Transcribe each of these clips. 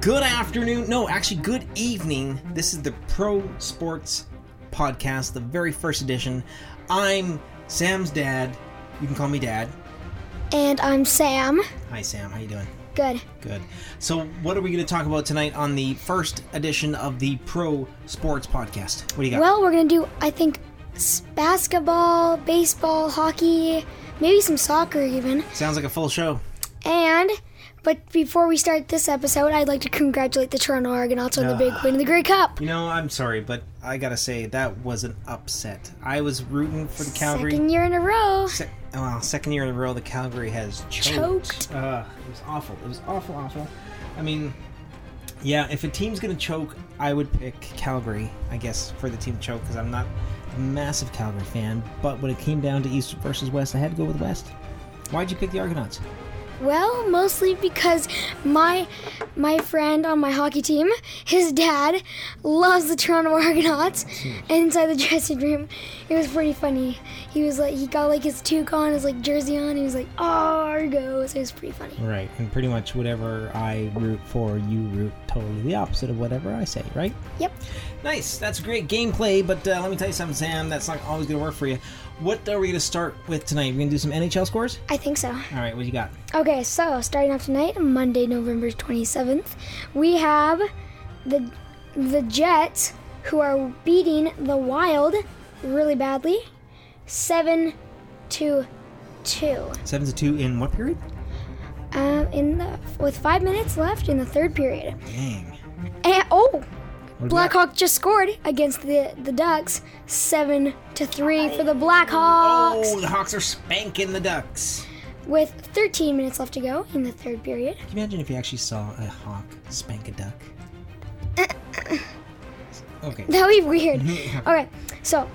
Good afternoon. No, actually, good evening. This is the Pro Sports Podcast, the very first edition. I'm Sam's dad. You can call me dad. And I'm Sam. Hi, Sam. How you doing? Good. Good. So, what are we going to talk about tonight on the first edition of the Pro Sports Podcast? What do you got? Well, we're going to do, I think, s- basketball, baseball, hockey, maybe some soccer even. Sounds like a full show. And, but before we start this episode, I'd like to congratulate the Toronto Argonauts on the big win in the Grey Cup. You know, I'm sorry, but I gotta say that was an upset. I was rooting for the Calgary. Second year in a row. Se- well, uh, second year in a row, the Calgary has choked. Choked. Uh, it was awful. It was awful, awful. I mean, yeah, if a team's gonna choke, I would pick Calgary, I guess, for the team to choke because I'm not a massive Calgary fan. But when it came down to East versus West, I had to go with West. Why'd you pick the Argonauts? Well, mostly because my my friend on my hockey team, his dad loves the Toronto Argonauts, and inside the dressing room, it was pretty funny. He was like, he got like his toque on, his like jersey on. He was like, Argos. It was pretty funny. Right, and pretty much whatever I root for, you root totally the opposite of whatever I say, right? Yep. Nice. That's great gameplay, but uh, let me tell you something, Sam. That's not always going to work for you. What are we going to start with tonight? We're going to do some NHL scores? I think so. All right, what you got? Okay, so starting off tonight, Monday, November 27th, we have the the Jets who are beating the Wild really badly, 7 to 2. 7 to 2 in what period? Um, in the with 5 minutes left in the third period. Dang. And oh, What do we got? Blackhawk just scored against the the Ducks, 7 to 3 for the Blackhawks Oh, the Hawks are spanking the Ducks. with 13 minutes left to go in the third period. Can you imagine if you actually saw a Hawk spank a Duck? Uh-uh. Okay. That would be weird. okay, so,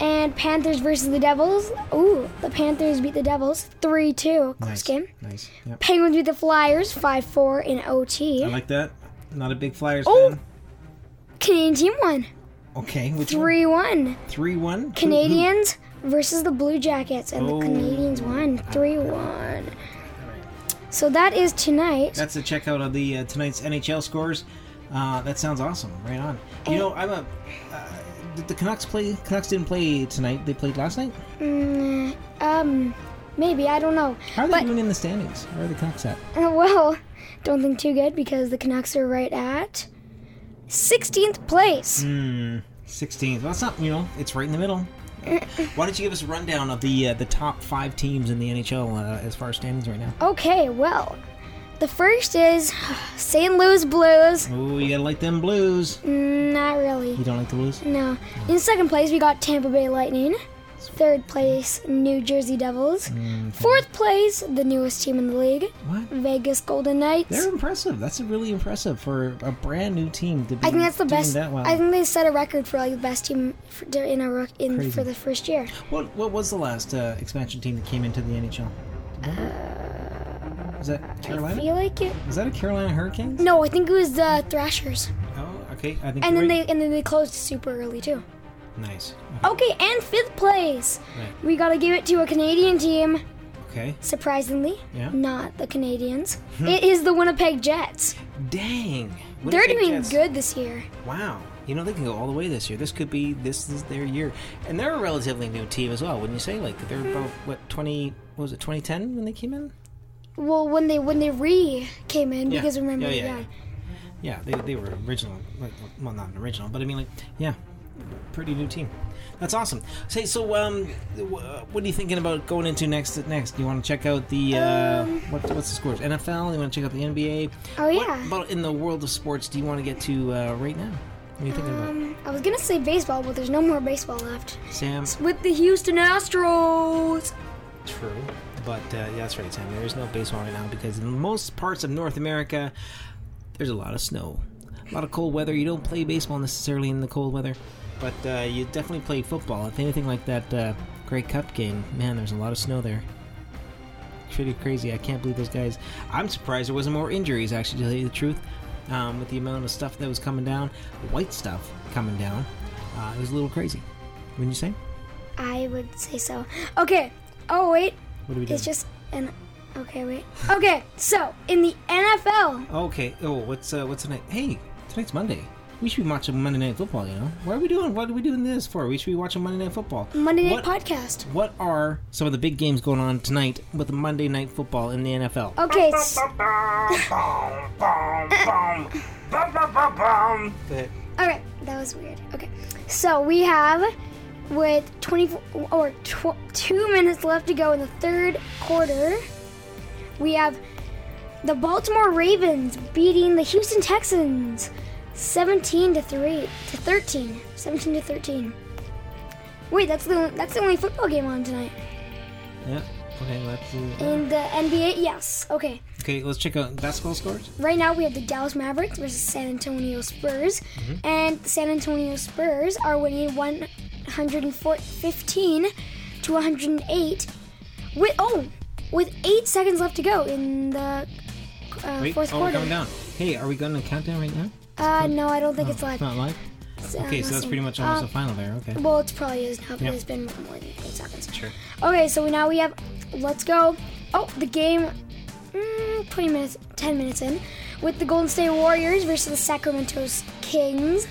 and Panthers versus the Devils. Ooh, the Panthers beat the Devils 3 2. Close Nice. game. Nice. Yep. Penguins beat the Flyers 5 4 in I OT. like that. Not a big Flyers Oh. fan. Canadian team won Okay, which 3 1. 3 1? Canadians versus the Blue Jackets, and Oh. the Canadians won 3 1. So that is tonight. That's a checkout of the uh, tonight's NHL scores. Uh, that sounds awesome. Right on. You know, I'm a. Uh, did the Canucks play? Canucks didn't play tonight. They played last night. Mm, um, maybe, I don't know. How are they But- doing in the standings? Where are the Canucks at? Uh, well, don't think too good because the Canucks are right at 16th place. Hmm, 16th. Well, it's not. You know, it's right in the middle. Why don't you give us a rundown of the uh, the top five teams in the NHL uh, as far as standings right now? Okay, well, the first is St. Louis Blues. Oh, you gotta like them Blues. Mm, Not really. You don't like the Blues? No. In second place, we got Tampa Bay Lightning. Third place, New Jersey Devils. Mm-hmm. Fourth place, the newest team in the league, What? Vegas Golden Knights. They're impressive. That's really impressive for a brand new team to be. I think that's the doing best. That well. I think they set a record for like the best team for, in a rook in Crazy. for the first year. What what was the last uh, expansion team that came into the NHL? Do you remember? Is that I Carolina? feel like it. Is that a Carolina Hurricanes? No, I think it was the Thrashers, Oh, okay. I think. and you're then right. they and then they closed super early too. Nice. Okay, and fifth place, Uh-huh. Right. we gotta give it to a Canadian team. Okay. Surprisingly, Yeah. not the Canadians. it is the Winnipeg Jets. Dang. Winnipeg They're doing Jets. good this year. Wow. You know they can go all the way this year. This could be this is their year, and they're a relatively new team as well. Wouldn't you say? Like they're about what twenty? What was it 2010 when they came in? Well, when they when they re came in, Yeah. because remember, Yeah, yeah, yeah, Yeah, they, they were original. Like, well, not an original, but I mean, like, yeah, pretty new team. That's awesome. Say, so, um, wh- uh, what are you thinking about going into next? Next, you want to check out the uh, what, what's the scores? NFL. You want to check out the NBA? Oh What yeah. about in the world of sports? Do you want to get to uh, right now? What are you thinking about, Um, I was gonna say baseball, but there's no more baseball left. Sam? With the Houston Astros. True. But uh, yeah, that's right, Sam. There is no baseball right now because in most parts of North America, there's a lot of snow, a lot of cold weather. You don't play baseball necessarily in the cold weather, but uh, you definitely play football. If anything like that uh, Grey Cup game, man, there's a lot of snow there. Pretty crazy. I can't believe those guys. I'm surprised there wasn't more injuries. Actually, to tell you the truth, um, with the amount of stuff that was coming down, white stuff coming down, uh, it was a little crazy. Wouldn't you say? I would say so. Okay. Oh wait, What do we do? it's just an Okay, wait. Okay, so in the NFL, Okay. Oh, what's uh, what's tonight? Hey, tonight's Monday. We should be watching Monday Night Football. You know, what are we doing? What are we doing this for? We should be watching Monday Night Football. Monday Night What- Podcast. What are some of the big games going on tonight with Monday Night Football in the NFL? Okay, s- okay, that was weird. Okay, so we have with 24 or tw- two minutes left to go in the third quarter, we have the Baltimore Ravens beating the Houston Texans 17 to 3 to 13, 17 to 13. Wait, that's the that's the only football game on tonight Yeah. Okay. Let's. uh, in the NBA. Yes, okay. Okay. Let's check out basketball scores. Right now, we have the Dallas Mavericks versus San Antonio Spurs, Mm-hmm. and the San Antonio Spurs are winning 115 to 108. With oh, with eight seconds left to go in the uh, Wait. fourth oh, we're quarter. coming down. Hey, are we going to countdown right now? Uh, no, I don't think it's Oh, live. not live. It's, uh, Okay, so that's listening. pretty much Uh, almost a final there. Okay. well, it probably is now, but Yep. it's been more than eight seconds. Sure. Okay, so now we have. Let's go. Oh, the game. Mm, 20 minutes, 10 minutes in. With the Golden State Warriors versus the Sacramento Kings.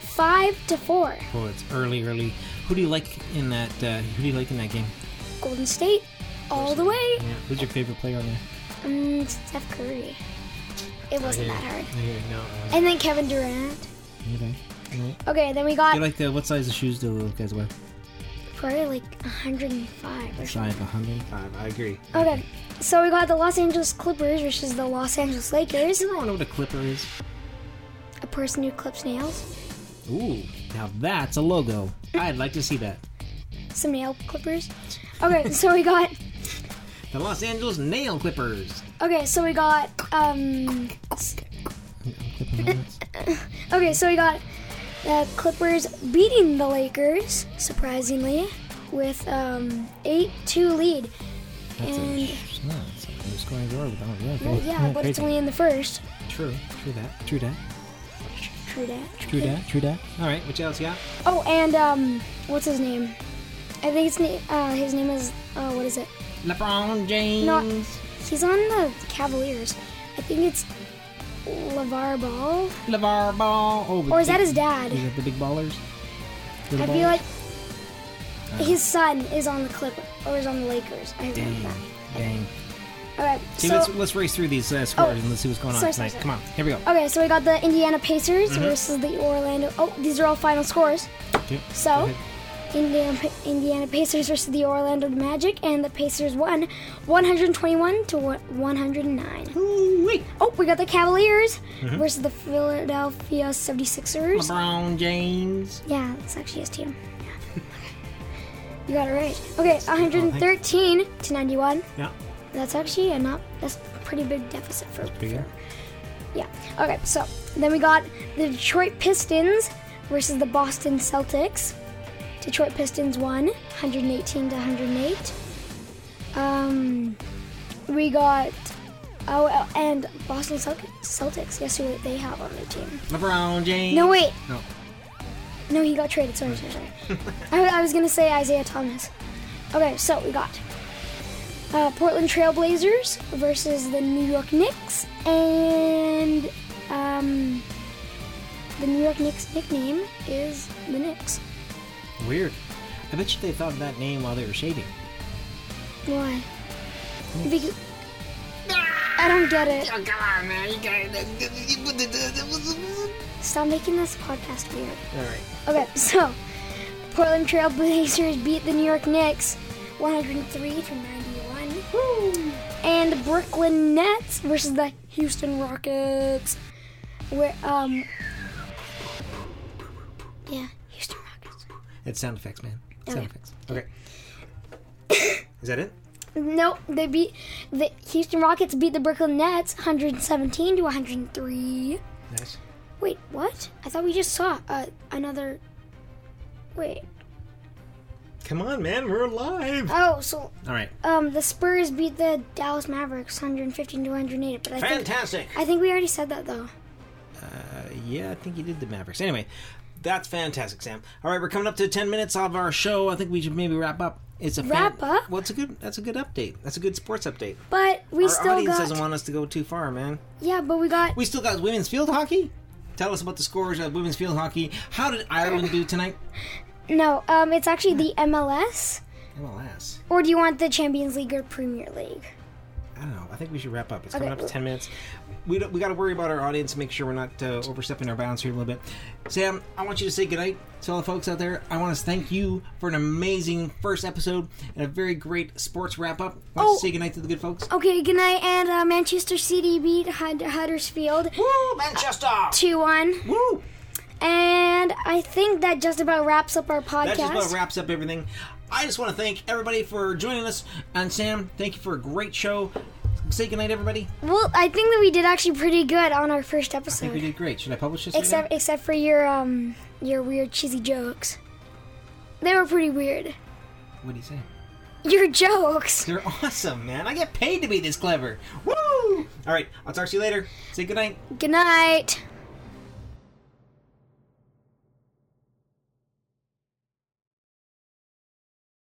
5 to 4. Oh, it's early, early. Who do you like in that? Uh, who do you like in that game? Golden State all the way. Yeah. Who's your favorite player on there? Mm, Steph Curry. It wasn't that hard. Okay, no. uh, And then Kevin Durant. Okay. Alright. Okay, then we You got like the what size of shoes do those guys wear? probably like 105 or something. Size 105. I agree. Okay, so we got the Los Angeles Clippers versus the Los Angeles Lakers. You don't know what a clipper is? A person who clips nails. Ooh. Now that's a logo. I'd like to see that. some nail clippers. Okay, so we got The Los Angeles Nail Clippers. okay, so we got um s- Clipping nails. okay, so we got the Clippers beating the Lakers surprisingly with um 8-2 lead. That's a. And- sh- No, it's a new scoring door with that one. Well, yeah, but it's Oh, Crazy. only in the first. True. True that. True that. True that. True that. True that. All right. What else you got? Oh, and um what's his name? I think it's na- uh his name is uh what is it? LeBron James. Not he's on the Cavaliers. I think it's LeVar Ball LeVar Ball. Oh, or is that his Is dad? that the big ballers? The I ball- Uh-huh. feel like his son is on the Clipper or is on the Lakers. I remember Dang. that. Dang. Okay, See, so let's, let's race through these uh, scores Oh, and let's see what's going on sorry, tonight. sorry, sorry. Come on. Here we go. okay, so we got the Indiana Pacers Mm-hmm. versus the Orlando. Oh, these are all final scores. Okay, go So, ahead. Indiana Indiana Pacers versus the Orlando Magic, and the Pacers won 121 to one- 109. Ooh, wait. Oh, we got the Cavaliers Mm-hmm. versus the Philadelphia 76ers. LeBron James. Yeah, that's actually his team. Yeah. You got it right. Oh, Okay, 113 to 91. Yeah. That's actually a not. That's a pretty big deficit for. Pretty good. Yeah. Okay. So then we got the Detroit Pistons versus the Boston Celtics. Detroit Pistons won 118 to 108. Um, we got oh, oh, and Boston Celtics. Celtics. Guess who they have on their team? LeBron James. No wait. No. No, he got traded. Sorry, sorry, sorry. I, I was gonna say Isaiah Thomas. Okay, so we got uh, Portland Trailblazers versus the New York Knicks, and um, the New York Knicks nickname is the Knicks. Weird. I bet you they thought of that name while they were shaving. Why? Because I don't get it. Oh, come on, man. You got it. Stop making this podcast weird. All right. Okay, so Portland Trailblazers beat the New York Knicks 103 to 91. And the Brooklyn Nets versus the Houston Rockets. Where um Yeah, Houston Rockets. It's sound effects, man. Sound Okay. effects. Okay. Is that it? No, they beat the Houston Rockets beat the Brooklyn Nets 117 to 103. Nice. Wait, what? I thought we just saw uh, another Wait. Come on, man. We're alive. Oh, so All right. Um, the Spurs beat the Dallas Mavericks 115 to 108. But I think Fantastic. I think we already said that though. Uh, yeah, I think he did the Mavericks. Anyway, That's fantastic, Sam. All right, we're coming up to ten minutes of our show. I think we should maybe wrap up. It's a fan- Wrap up? Well, it's a good. That's a good update. That's a good sports update. But we our still audience got doesn't want us to go too far, man. yeah, but we got We still got women's field hockey. Tell us about the scores of women's field hockey. How did Ireland do tonight? no. Um, it's actually the MLS. MLS. Or do you want the Champions League or Premier League? I don't know. I think we should wrap up. It's Okay. coming up to ten minutes. We don't, we got to worry about our audience and make sure we're not uh, overstepping our bounds here a little bit. Sam, I want you to say goodnight to all the folks out there. I want to thank you for an amazing first episode and a very great sports wrap up. Want Oh. to say goodnight to the good folks? Okay, good night. And uh, Manchester City beat Hud- Huddersfield Woo, Manchester! two one. Woo! And I think that just about wraps up our That just podcast. about wraps up everything. I just want to thank everybody for joining us. And Sam, thank you for a great show. Say goodnight, everybody. well, I think that we did actually pretty good on our first I think we episode, did great. Should I publish this? right now? except except for your um your weird cheesy jokes. They were pretty weird. what do you say? Your jokes. They're awesome, man. I get paid to be this clever. Woo! All right, I'll talk to you later. Say goodnight. Good night.